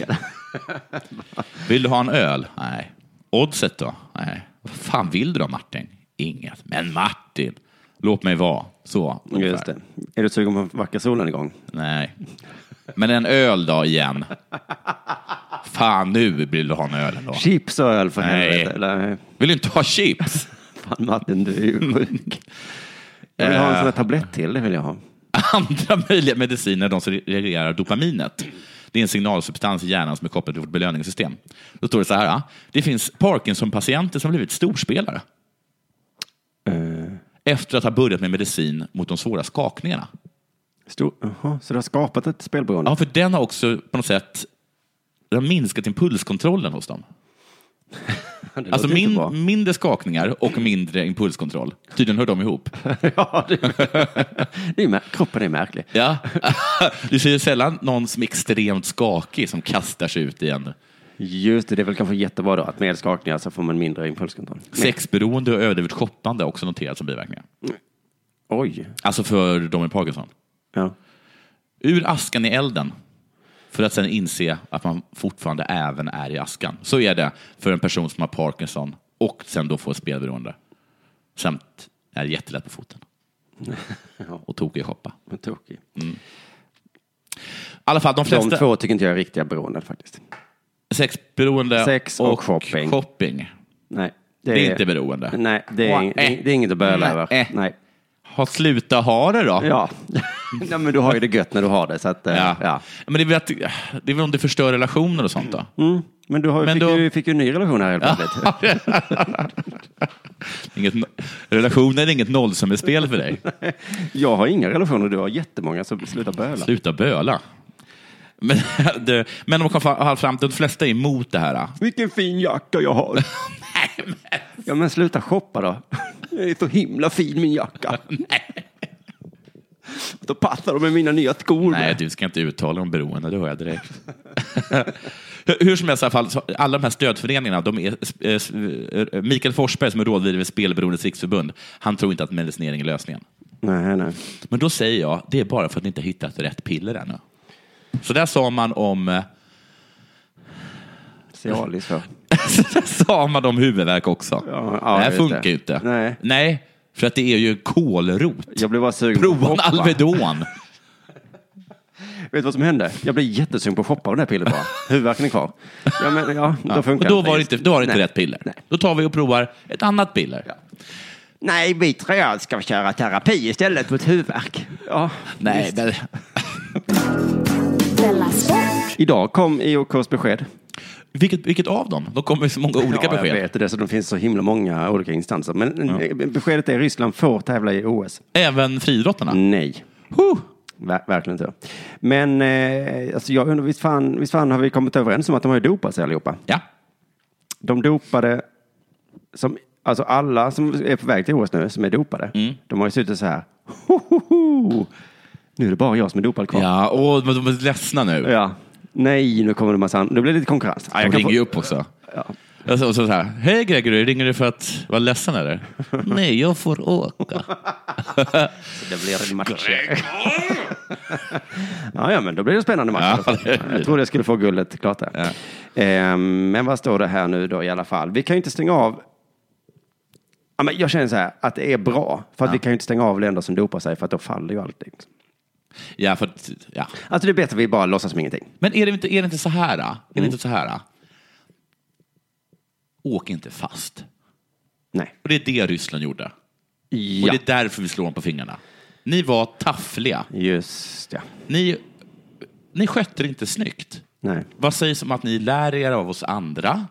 Speaker 2: Vill du ha en öl? Nej. Oddset då? Nej. Vad fan vill du då Martin? Inget. Men Martin, låt mig vara. Så. ungefär.
Speaker 4: Just det. Är du sugen på en vacker solnedgång?
Speaker 2: Nej. Men en öl då igen? Fan, nu vill du ha en öl ändå.
Speaker 4: Chips och öl för
Speaker 2: Nej.
Speaker 4: helvete. Eller,
Speaker 2: Vill du inte ha chips?
Speaker 4: fan Martin, du är ju sjuk. Eh. Jag vill ha en sån där tablett till, det vill jag ha.
Speaker 2: andra möjliga mediciner är de som reglerar dopaminet. Det är en signalsubstans i hjärnan som är kopplad till vårt belöningssystem. Då står det så här. ah, Det finns Parkinson-patienter som blivit storspelare
Speaker 4: Eh.
Speaker 2: efter att ha börjat med medicin mot de svåra skakningarna.
Speaker 4: Stor, Jaha, så du har skapat ett spelberoende?
Speaker 2: Ja, för den har också på något sätt den har minskat impulskontrollen hos dem.
Speaker 4: det
Speaker 2: Alltså
Speaker 4: låter inte
Speaker 2: min,
Speaker 4: bra.
Speaker 2: mindre skakningar och mindre impulskontroll. Tydligen hör de ihop.
Speaker 4: ja, det, det är, mär- kroppen är märklig.
Speaker 2: Ja. Du ser ju sällan någon som är extremt skakig som kastar sig ut i en
Speaker 4: Just det, det är väl kanske jättebra då att med skakningar så får man mindre impulskontroll.
Speaker 2: Sexberoende och överdrivet shoppande har också noterats som biverkningar.
Speaker 4: Oj.
Speaker 2: Alltså för de med Parkinson.
Speaker 4: Ja.
Speaker 2: Ur askan i elden. För att sen inse att man fortfarande även är i askan. Så är det för en person som har Parkinson och sen då får spelberoende. Samt är jättelätt på foten. Och tokig i shoppa.
Speaker 4: Men tokig.
Speaker 2: I alla fall, de
Speaker 4: De
Speaker 2: flesta
Speaker 4: två tycker inte jag är riktiga beroenden faktiskt.
Speaker 2: sexberoende
Speaker 4: Sex och shopping.
Speaker 2: shopping.
Speaker 4: Nej.
Speaker 2: Det är inte beroende.
Speaker 4: Nej, det är,
Speaker 2: Åh, eh.
Speaker 4: det är- det är inget att böla
Speaker 2: Nej,
Speaker 4: över.
Speaker 2: eh.
Speaker 4: Nej.
Speaker 2: Ha, sluta ha det då.
Speaker 4: Ja. Nej, men du har ju det gött när du har det. Så att, eh,
Speaker 2: Ja.
Speaker 4: ja.
Speaker 2: Men det är, väl att, det är väl om det förstör relationer och sånt då?
Speaker 4: Men du har, ju-
Speaker 2: Men
Speaker 4: fick,
Speaker 2: då-
Speaker 4: ju, fick ju en ny relation här helt plötsligt.
Speaker 2: Inget, relationer är inget nollsummespel för dig.
Speaker 4: Jag har inga relationer, du har jättemånga, så sluta böla.
Speaker 2: Sluta böla. Men, det, men de kom fram, fram de flesta är emot det här.
Speaker 4: Vilken fin jacka jag har. ja, men sluta shoppa då. Jag är så himla fin min jacka. Då passar de med mina nya skor.
Speaker 2: Nej, du ska inte uttala om beroende, det hör jag direkt. hur, hur som helst, i alla fall, så alla de här stödföreningarna, de är, eh, s- eh, Mikael Forsberg som är rådgivare vid Spelberoendes riksförbund, han tror inte att medicinering är lösningen.
Speaker 4: nej, nej.
Speaker 2: Men då säger jag, det är bara för att ni inte har hittat rätt piller ännu. Så där sa man om eh,
Speaker 4: Cialis för.
Speaker 2: sa man om huvudvärk också.
Speaker 4: Ja, ja,
Speaker 2: det här
Speaker 4: just
Speaker 2: funkar
Speaker 4: det.
Speaker 2: ju inte.
Speaker 4: Nej.
Speaker 2: för att det är ju en kålrot.
Speaker 4: Jag blev bara sugen på
Speaker 2: Prova en
Speaker 4: att shoppa. Vet
Speaker 2: Alvedon.
Speaker 4: du vad som hände? Jag blev jättesugen på att shoppa av det här pillret bara. Huvudvärken är kvar. Ja, men ja, då
Speaker 2: Och
Speaker 4: funkar
Speaker 2: då var det inte, då var det inte
Speaker 4: Nej.
Speaker 2: rätt piller.
Speaker 4: Nej.
Speaker 2: Då tar vi och provar ett annat piller.
Speaker 4: Nej, vi tror ska köra terapi istället mot huvudvärk. Ja,
Speaker 2: Nej,
Speaker 4: visst.
Speaker 2: men,
Speaker 3: Della Sport.
Speaker 4: Idag kom IOKs besked.
Speaker 2: vilket, vilket av dem? De kommer med så många olika
Speaker 4: ja, Jag
Speaker 2: besked.
Speaker 4: vet det, så det finns så himla många olika instanser. Men eh, beskedet är att Ryssland får tävla i OS.
Speaker 2: Även friidrottarna?
Speaker 4: Nej.
Speaker 2: Huh.
Speaker 4: Ver verkligen inte. Men eh, alltså jag undrar, visst fan, visst fan har vi kommit överens om att de har ju dopat sig allihopa?
Speaker 2: Ja.
Speaker 4: De dopade, som, alltså alla som är på väg till OS nu, som är dopade,
Speaker 2: Mm.
Speaker 4: de har ju suttit så här. Ho, ho, ho. Nu är det bara jag som är dopad kvar.
Speaker 2: Ja, och de är ledsna nu.
Speaker 4: Ja. Nej, nu kommer det massa andra. Nu blir det lite konkurrens. Ja,
Speaker 2: De
Speaker 4: jag kan
Speaker 2: ringer
Speaker 4: få-
Speaker 2: ju upp också. Och så, och så, så här, hej Gregory, ringer du för att vara ledsen eller? Nej, jag får åka.
Speaker 4: Det blir matcher. ja, ja, men då blir det spännande matcher.
Speaker 2: Ja, det blir det.
Speaker 4: jag trodde jag skulle få guldet klart där. Ehm, men vad står det här nu då i alla fall? Vi kan ju inte stänga av. Ja, men jag känner så här att det är bra. För att vi kan ju inte stänga av länder som dopar sig för att då faller ju allting.
Speaker 2: Ja, för, att- ja.
Speaker 4: Alltså det är bättre att vi bara låtsas som ingenting.
Speaker 2: Men är det inte, är det inte så här? Då? Är
Speaker 4: Mm.
Speaker 2: det inte så här? Då? Åk inte fast.
Speaker 4: Nej.
Speaker 2: Och det är det Ryssland gjorde. Och
Speaker 4: Ja,
Speaker 2: det är därför vi slår dem på fingrarna. Ni var taffliga.
Speaker 4: just ja.
Speaker 2: Ni, ni skötte det inte snyggt.
Speaker 4: Nej.
Speaker 2: Vad sägs om att ni lär er av oss andra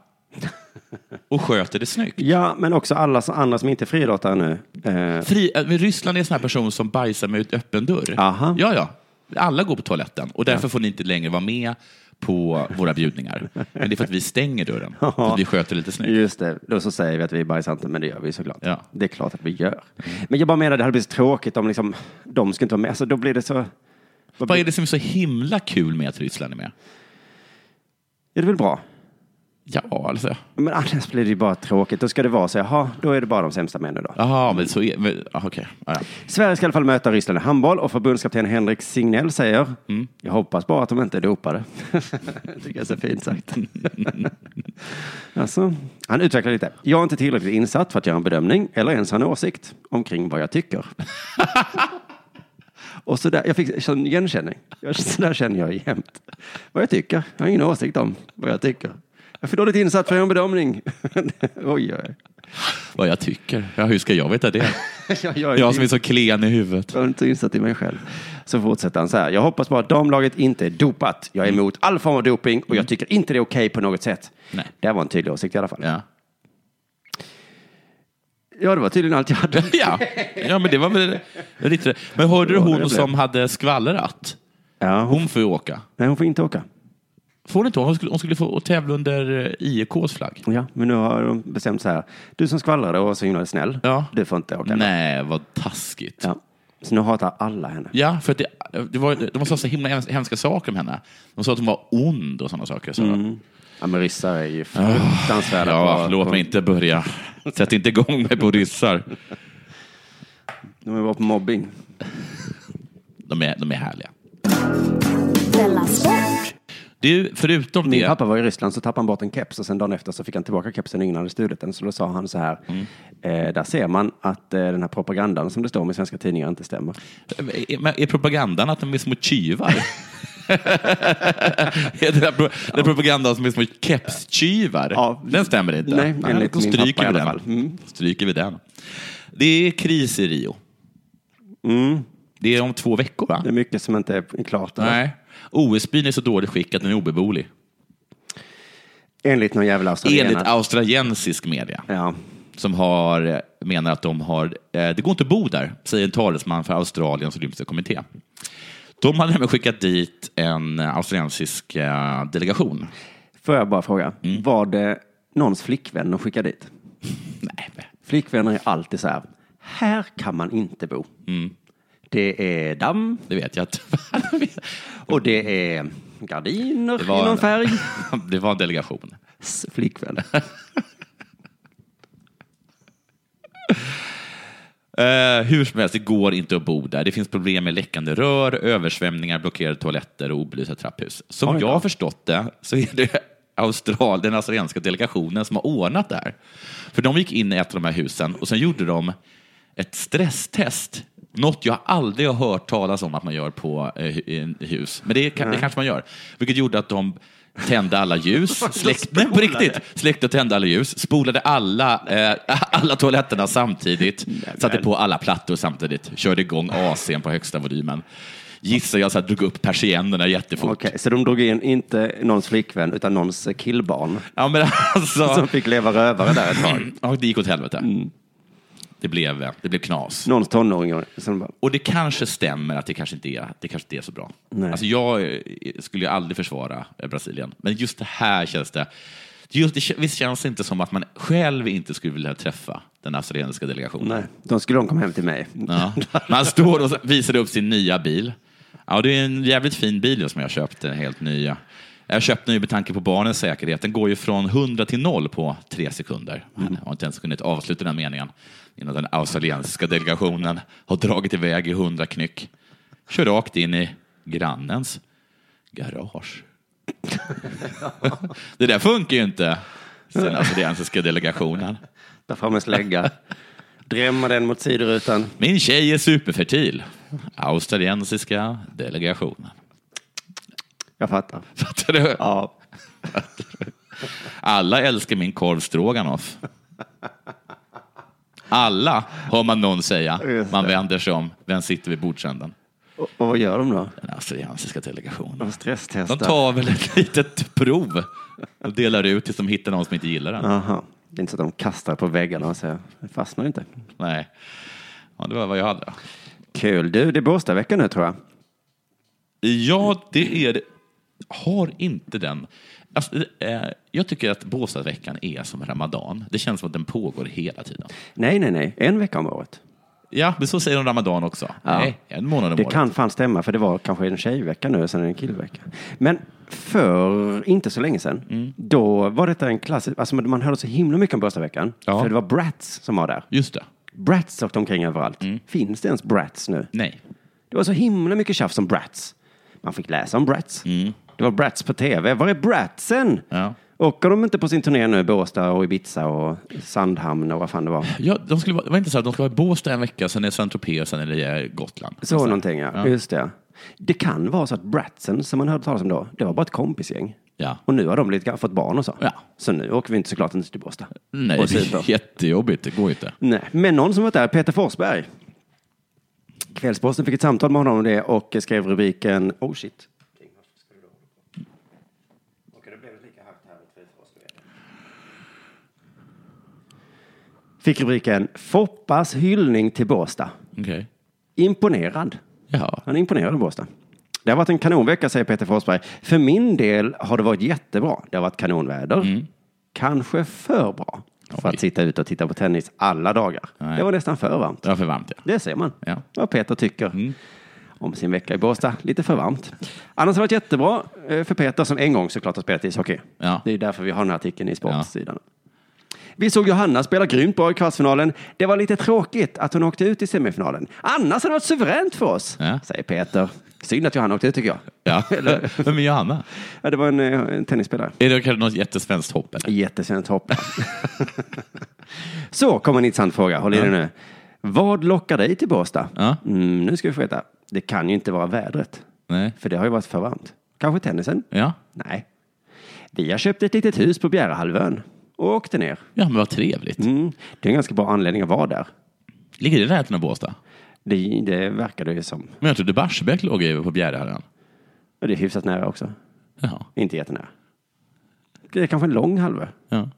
Speaker 2: och sköter det snyggt?
Speaker 4: Ja, men också alla som, andra som inte är friidrottare nu. Eh,
Speaker 2: Fri, äh, men Ryssland är en sån här person som bajsar med öppen dörr.
Speaker 4: Aha.
Speaker 2: Ja, ja. Alla går på toaletten och därför får ni inte längre vara med på våra bjudningar. Men det är för att vi stänger dörren. För att vi sköter lite snyggt.
Speaker 4: Just det, då så säger vi att vi är bajsanter, men det gör vi såklart.
Speaker 2: Ja.
Speaker 4: Det är klart att vi gör. Men jag bara menar, det hade blivit så tråkigt om liksom, de ska inte vara med. Alltså, då blir det så... Vad
Speaker 2: Vad
Speaker 4: blir-
Speaker 2: är det som är så himla kul med att Ryssland är med?
Speaker 4: Är det väl bra?
Speaker 2: Ja, alltså.
Speaker 4: Men annars blir det ju bara tråkigt. Då ska det vara så, jaha, då är det bara de sämsta männen då.
Speaker 2: Jaha, men så är men, ah, Okej. Ah, ja.
Speaker 4: Sverige ska i alla fall möta Ryssland i handboll och förbundskapten Henrik Signell säger,
Speaker 2: Mm.
Speaker 4: jag hoppas bara att de inte är dopade. Det tycker jag är så fint sagt. alltså, han utvecklar lite. Jag är inte tillräckligt insatt för att göra en bedömning eller ens ha en åsikt omkring vad jag tycker. och så där, jag fick sån igenkänning. Jag- Så där känner jag jämt. Vad jag tycker. Jag har ingen åsikt om vad jag tycker. Jag är för dåligt insatt för att göra en bedömning. oj, oj.
Speaker 2: Vad jag tycker? Ja, hur ska jag veta det?
Speaker 4: Jag, jag,
Speaker 2: Jag som är så klen i huvudet.
Speaker 4: Jag är inte insatt i mig själv. Så fortsätter han så här. Jag hoppas bara att damlaget inte är dopat. Jag är
Speaker 2: Mm.
Speaker 4: emot all form av doping och jag tycker inte det är okej på något sätt.
Speaker 2: Nej.
Speaker 4: Det var en tydlig åsikt i alla fall. Ja,
Speaker 2: Ja.
Speaker 4: det var tydligen allt jag hade.
Speaker 2: Ja. ja, men det var väl lite... Men hörde du
Speaker 4: Ja, det blev.
Speaker 2: hon som hade skvallrat?
Speaker 4: Ja, hon,
Speaker 2: Hon får ju åka.
Speaker 4: nej, hon får inte åka.
Speaker 2: Får hon inte? Hon skulle, hon skulle få tävla under eh, IEKs flagg.
Speaker 4: Ja, men nu har de bestämt så här. Du som skvallrade och var så himla snäll.
Speaker 2: Ja.
Speaker 4: Du får inte åka.
Speaker 2: Nej, vad taskigt. Ja,
Speaker 4: Ja. Så nu hatar alla henne.
Speaker 2: för att det, det var, de sa så himla hems- hemska saker om henne. De sa att hon var ond och sådana saker. Så.
Speaker 4: Ja, men ryssar är ju fruktansvärda.
Speaker 2: Ja,
Speaker 4: på,
Speaker 2: låt
Speaker 4: på,
Speaker 2: mig inte börja. Sätt inte igång mig på ryssar.
Speaker 4: De är bra på mobbing.
Speaker 2: De är, de är härliga.
Speaker 3: Della Sport.
Speaker 2: Du, förutom
Speaker 4: Min
Speaker 2: det.
Speaker 4: pappa var i Ryssland så tappade han bort en keps och sen dagen efter så fick han tillbaka kepsen och ingen hade stulit den. Så då sa han så här,
Speaker 2: Mm.
Speaker 4: eh, där ser man att eh, den här propagandan som det står om i svenska tidningar inte stämmer.
Speaker 2: Är, Eh, är- är propagandan att de är små tjuvar? är det där pro, den propagandan som är små kepstjuvar?
Speaker 4: Ja.
Speaker 2: Den stämmer inte.
Speaker 4: Nej, enligt
Speaker 2: då
Speaker 4: min
Speaker 2: stryker
Speaker 4: pappa i
Speaker 2: vi
Speaker 4: alla
Speaker 2: den.
Speaker 4: fall. Mm.
Speaker 2: Stryker vi den. Det är kris i Rio.
Speaker 4: Mm.
Speaker 2: Det är om två veckor, va?
Speaker 4: Det är mycket som inte är klart.
Speaker 2: Nej. OS-byn är så dåligt skick att den är obeboelig.
Speaker 4: Enligt någon jävla
Speaker 2: Enligt
Speaker 4: australienare.
Speaker 2: australiensisk media.
Speaker 4: Ja.
Speaker 2: som har, menar att de har, eh, det går inte att bo där, säger en talesman för Australiens olympiska kommitté. De hade nämligen skickat dit en australiensisk eh, delegation.
Speaker 4: Får jag bara fråga,
Speaker 2: Mm.
Speaker 4: var det någons flickvän de skickade dit?
Speaker 2: Nej, men-
Speaker 4: Flickvänner är alltid så här, här kan man inte bo.
Speaker 2: Mm.
Speaker 4: Det är damm
Speaker 2: det vet jag inte.
Speaker 4: och det är gardiner
Speaker 2: Det
Speaker 4: i
Speaker 2: var
Speaker 4: någon
Speaker 2: en-
Speaker 4: färg.
Speaker 2: det var en delegation.
Speaker 4: S- Flickvän.
Speaker 2: Eh, hur som helst, det går inte att bo där. Det finns problem med läckande rör, översvämningar, blockerade toaletter och obelysta trapphus. Som
Speaker 4: Oj då.
Speaker 2: jag har förstått det så är det Austral, den australienska delegationen som har ordnat det här. För de gick in i ett av de här husen och sen gjorde de ett stresstest. Något jag aldrig har hört talas om att man gör på eh, hu- i en hus. Men det, kan, det kanske man gör. Vilket gjorde att de tände alla ljus, släckte, nej, på riktigt, släckte och tände alla ljus, spolade alla, eh, alla toaletterna samtidigt, satte på alla plattor samtidigt, körde igång AC'n på högsta volymen. Gissar jag så här, drog upp persiennerna jättefort.
Speaker 4: Okej, så de drog in inte någons flickvän utan någons killbarn
Speaker 2: Ja, men alltså, Mm.
Speaker 4: som fick leva rövare där ett tag.
Speaker 2: ja, det gick åt helvete. Det, blev, eh, det blev knas.
Speaker 4: Någons tonåring som bara,
Speaker 2: Och det kanske stämmer att det kanske inte är, det kanske inte är så bra.
Speaker 4: Nej.
Speaker 2: Alltså jag eh, skulle ju aldrig försvara eh, Brasilien, men just det här känns det... Just det, visst känns det inte som att man själv inte skulle vilja träffa den australiensiska delegationen?
Speaker 4: nej, då skulle de komma hem till mig.
Speaker 2: Ja. Man står och visar upp sin nya bil. Ja, det är en jävligt fin bil som jag köpte, den helt nya. Jag köpte den ju med tanke på barnens säkerhet. Den går ju från 100 till 0 på tre sekunder. Han har inte ens kunnat avsluta den här meningen innan den australiensiska delegationen har dragit iväg i 100 knyck. Kör rakt in i grannens garage. det där funkar ju inte, sen den australiensiska delegationen.
Speaker 4: Där fram en slägga, drämma den mot sidorutan.
Speaker 2: Min tjej är superfertil. Australiensiska delegationen.
Speaker 4: Jag fattar.
Speaker 2: Fattar du?
Speaker 4: Ja,
Speaker 2: Alla älskar min korv stroganoff. Alla, hör man någon säga.
Speaker 4: Just
Speaker 2: Man vänder sig om. Vem sitter vid bordsänden?
Speaker 4: och, och vad gör de då?
Speaker 2: Den australiensiska delegationen.
Speaker 4: De stresstestar.
Speaker 2: De tar väl ett litet prov och delar ut tills de hittar någon som inte gillar den.
Speaker 4: Aha. Det är inte så att de kastar på väggarna och säger, det fastnar inte.
Speaker 2: Nej. Ja, det var vad jag hade.
Speaker 4: Kul. Du, det är Båstadveckan nu tror jag.
Speaker 2: Ja, det är det. Har inte den... Alltså, eh, jag tycker att Båstadveckan är som Ramadan. Det känns som att den pågår hela tiden.
Speaker 4: Nej, nej, nej. En vecka om året.
Speaker 2: Ja, men så säger de Ramadan också. Nej, en månad om
Speaker 4: Det
Speaker 2: året.
Speaker 4: kan fan stämma, för det var kanske en tjejvecka nu och sen en killvecka. Men för inte så länge sedan,
Speaker 2: Mm.
Speaker 4: då var detta en klassisk, alltså man hörde så himla mycket om Båstadveckan,
Speaker 2: Ja.
Speaker 4: för det var Bratz som var där.
Speaker 2: Just det.
Speaker 4: Bratz åkte omkring överallt.
Speaker 2: Mm.
Speaker 4: Finns det ens Bratz nu?
Speaker 2: Nej.
Speaker 4: Det var så himla mycket tjafs om Bratz. Man fick läsa om Bratz.
Speaker 2: Mm.
Speaker 4: Det var Bratz på tv. Var är Bratsen?
Speaker 2: Ja.
Speaker 4: Åker de inte på sin turné nu, Båstad och Ibiza och Sandhamn och vad fan det var?
Speaker 2: Ja, de skulle vara, det var inte så att de skulle vara i Båstad en vecka, sen är det Saint-Tropez och sen är det eh, Gotland.
Speaker 4: Så någonting, ja. Just det. Det kan vara så att Bratsen, som man hörde talas om då, det var bara ett kompisgäng.
Speaker 2: Ja.
Speaker 4: Och nu har de blivit, fått barn och så.
Speaker 2: Ja.
Speaker 4: Så nu åker vi inte såklart inte till Båstad.
Speaker 2: Nej,
Speaker 4: Och
Speaker 2: det
Speaker 4: super.
Speaker 2: är jättejobbigt. Det går ju inte.
Speaker 4: Nej. Men någon som var där, Peter Forsberg. Kvällsposten fick ett samtal med honom om det och skrev rubriken Oh shit. Fick rubriken Foppas hyllning till Båstad.
Speaker 2: Okej.
Speaker 4: Imponerad.
Speaker 2: Ja.
Speaker 4: Han är imponerad av Båstad. Det har varit en kanonvecka, säger Peter Forsberg. För min del har det varit jättebra. Det har varit kanonväder. Kanske för bra för
Speaker 2: Mm. Oj.
Speaker 4: att sitta ute och titta på tennis alla dagar.
Speaker 2: Nej.
Speaker 4: Det var nästan för varmt.
Speaker 2: Det var för varmt, ja.
Speaker 4: Det ser man
Speaker 2: Ja. Mm.
Speaker 4: vad Peter tycker om sin vecka i Båstad. Lite för varmt. Annars har det varit jättebra eh, för Peter som en gång såklart har spelat ishockey.
Speaker 2: Ja.
Speaker 4: Det är därför vi har den här artikeln i sportsidan. Vi såg Johanna spela grymt bra i kvartsfinalen. Det var lite tråkigt att hon åkte ut i semifinalen. Annars hade det varit suveränt för oss,
Speaker 2: Ja.
Speaker 4: säger Peter. Synd att Johanna åkte ut tycker jag.
Speaker 2: ja. Vem är Johanna?
Speaker 4: Ja, det var en, eh, en tennisspelare.
Speaker 2: Är det kanske något jättesvenskt hopp? Eller?
Speaker 4: Jättesent hopp. Så kommer en intressant fråga. Håll i dig nu. Vad lockar dig till Båstad?
Speaker 2: Ja.
Speaker 4: Mm, nu ska vi få veta. Det kan ju inte vara vädret.
Speaker 2: Nej.
Speaker 4: För det har ju varit för varmt. Kanske tennisen?
Speaker 2: Ja.
Speaker 4: Nej. Vi har köpt ett litet hus på Bjärehalvön och åkte ner.
Speaker 2: ja, men vad trevligt.
Speaker 4: Mm. Det är en ganska bra anledning att vara där.
Speaker 2: Ligger det i närheten av Båstad?
Speaker 4: Det, det verkar det ju som.
Speaker 2: Men jag trodde Barsebäck låg ju på Bjärehalvön.
Speaker 4: Och det är hyfsat nära också.
Speaker 2: Jaha.
Speaker 4: Inte jättenära. Det är kanske en lång halvö.
Speaker 2: Ja.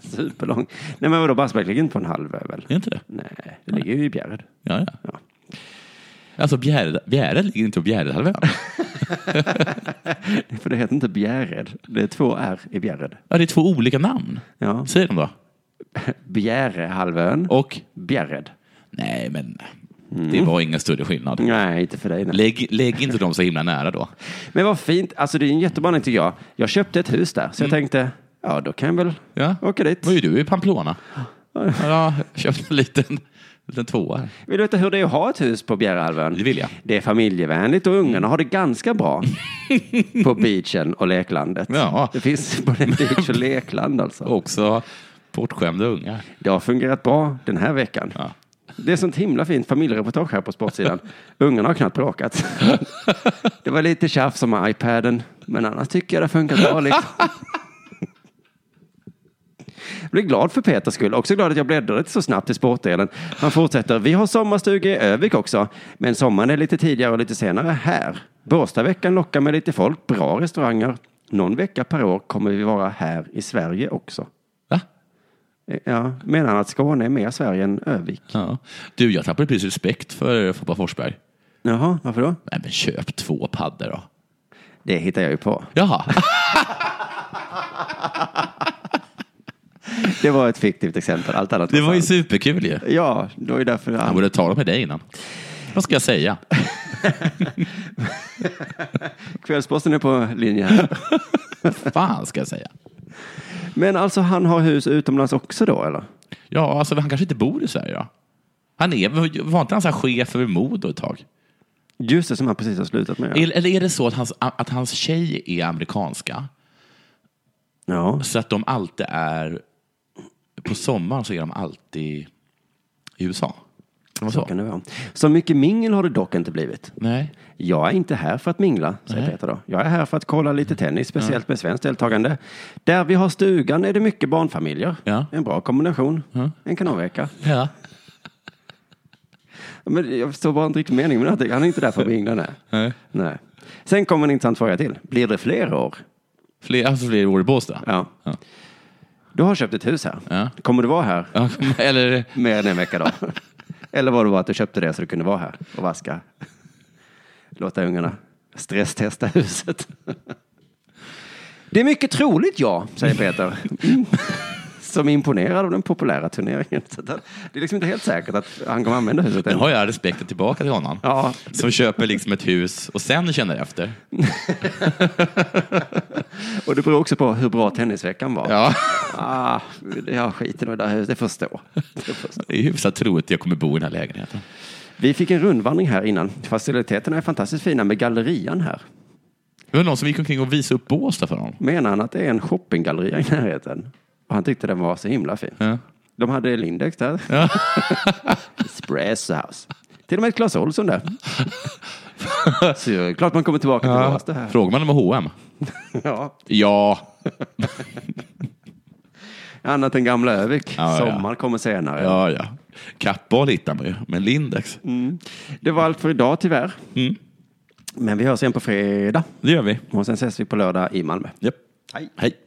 Speaker 4: Superlång. Nej men vadå, Barsebäck ligger inte på en halvö väl?
Speaker 2: Är det inte det?
Speaker 4: Nej, det ligger ju i Bjärred.
Speaker 2: Ja, ja.
Speaker 4: Ja.
Speaker 2: Alltså Bjärred, Bjärred ligger inte på Bjärehalvön.
Speaker 4: För det heter inte Bjärred. Det är två R i Bjärred.
Speaker 2: Ja, det är två olika namn.
Speaker 4: Ja.
Speaker 2: Säger de då.
Speaker 4: Bjärehalvön och
Speaker 2: Och?
Speaker 4: Bjärred.
Speaker 2: Nej, men det var ingen större skillnad.
Speaker 4: Nej, inte för dig. Nej.
Speaker 2: Lägg, lägg inte dem så himla nära då.
Speaker 4: Men vad fint. Alltså det är en jättebra anledning tycker jag. Jag köpte ett hus där, så jag tänkte, Mm. ja då kan jag väl
Speaker 2: Ja.
Speaker 4: åka dit.
Speaker 2: Vad gör du i Pamplona? Ja, jag köpte en liten, liten tvåa. här.
Speaker 4: Vill du veta hur det är att ha ett hus på Bjärehalvön?
Speaker 2: Det vill jag.
Speaker 4: Det är familjevänligt och ungarna har det ganska bra på beachen och leklandet.
Speaker 2: Ja.
Speaker 4: Det finns både beach och lekland alltså.
Speaker 2: Också bortskämda ungar.
Speaker 4: Det har fungerat bra den här veckan.
Speaker 2: Ja.
Speaker 4: Det är sånt himla fint familjereportage här på sportsidan. Ungarna har knappt bråkat. Det var lite tjafs om iPaden, men annars tycker jag det har funkat bra. Liksom. Jag blir glad för Peters skull. Också glad att jag bläddrade inte så snabbt i sportdelen. Han fortsätter. Vi har sommarstuga i Övik också, men sommaren är lite tidigare och lite senare här. Båstadveckan lockar med lite folk, bra restauranger. Någon vecka per år kommer vi vara här i Sverige också.
Speaker 2: Va?
Speaker 4: Ja, menar han att Skåne är mer Sverige än Övik?
Speaker 2: Ja. Du, jag tappade precis respekt för Foppa Forsberg.
Speaker 4: Jaha, varför då?
Speaker 2: Nej, men köp två paddor då.
Speaker 4: Det hittar jag ju på.
Speaker 2: Jaha.
Speaker 4: Det var ett fiktivt exempel. Allt annat
Speaker 2: Det var ju
Speaker 4: sant.
Speaker 2: superkul ju.
Speaker 4: Ja, det var ju därför
Speaker 2: Han
Speaker 4: han...
Speaker 2: borde ta dem med dig innan. Vad ska jag säga?
Speaker 4: Kvällsposten är på linje här.
Speaker 2: Fan ska jag säga?
Speaker 4: Men alltså han har hus utomlands också då eller?
Speaker 2: Ja, alltså han kanske inte bor i Sverige då? Han är, var inte han så här chef över Modo ett tag?
Speaker 4: Just det, som han precis har slutat med.
Speaker 2: Eller eller är det så att hans, att hans tjej är amerikanska,
Speaker 4: Ja,
Speaker 2: så att de alltid är... På sommaren så är de alltid i USA? Kan det vara
Speaker 4: så kan
Speaker 2: så?
Speaker 4: det vara. Så mycket mingel har det dock inte blivit.
Speaker 2: Nej.
Speaker 4: Jag är inte här för att mingla, säger
Speaker 2: Nej. Mm.
Speaker 4: Peter då. Jag är här för att kolla lite tennis, speciellt med svenskt deltagande. Där vi har stugan är det mycket barnfamiljer.
Speaker 2: Ja.
Speaker 4: En bra kombination. En kanonvecka.
Speaker 2: Ja.
Speaker 4: Men jag förstår bara inte riktigt meningen med det. Han är inte där för att mingla, nej.
Speaker 2: Nej.
Speaker 4: nej. Sen kommer en intressant fråga till. Blir det fler år?
Speaker 2: Fler, alltså fler år i Båstad?
Speaker 4: Ja.
Speaker 2: Ja.
Speaker 4: Du har köpt ett hus här.
Speaker 2: Ja.
Speaker 4: Kommer du vara här
Speaker 2: Ja, Eller,
Speaker 4: mer än en vecka då? Eller var det bara att du köpte det så du kunde vara här och vaska? Låta ungarna stresstesta huset. Det är mycket troligt ja, säger Peter. Mm. Som är imponerad av den populära turneringen. Så att han- Det är liksom inte helt säkert att han kommer använda huset
Speaker 2: nu
Speaker 4: än.
Speaker 2: har jag respekten tillbaka till honom.
Speaker 4: Ja.
Speaker 2: Som köper liksom ett hus och sen känner efter.
Speaker 4: Och det beror också på hur bra tennisveckan var.
Speaker 2: Ja.
Speaker 4: Ah, jag skiter nog i det här huset, det förstår. Det förstår.
Speaker 2: Det är hyfsat troligt att jag kommer bo i den här lägenheten.
Speaker 4: Vi fick en rundvandring här innan. Faciliteterna är fantastiskt fina med gallerian här.
Speaker 2: Det var någon som gick omkring och visade upp Båstad för honom.
Speaker 4: Menar han att det är en shoppinggalleria i närheten? Och han tyckte den var så himla fin.
Speaker 2: Ja.
Speaker 4: De hade Lindex där. Espresso House. Till och med ett Clas Ohlson där. Så det är klart man kommer tillbaka till Båstad här.
Speaker 2: Frågar man om H&M?
Speaker 4: Ja.
Speaker 2: Ja.
Speaker 4: Annat än gamla Övik.
Speaker 2: Ja, ja.
Speaker 4: Sommar kommer senare.
Speaker 2: ja, ja. Kappahl hittar man ju, men Lindex, Mm.
Speaker 4: Det var allt för idag tyvärr. Men vi hörs igen på fredag.
Speaker 2: det gör vi.
Speaker 4: Och sen ses vi på lördag i Malmö.
Speaker 2: Japp.
Speaker 4: Hej.
Speaker 2: Hej.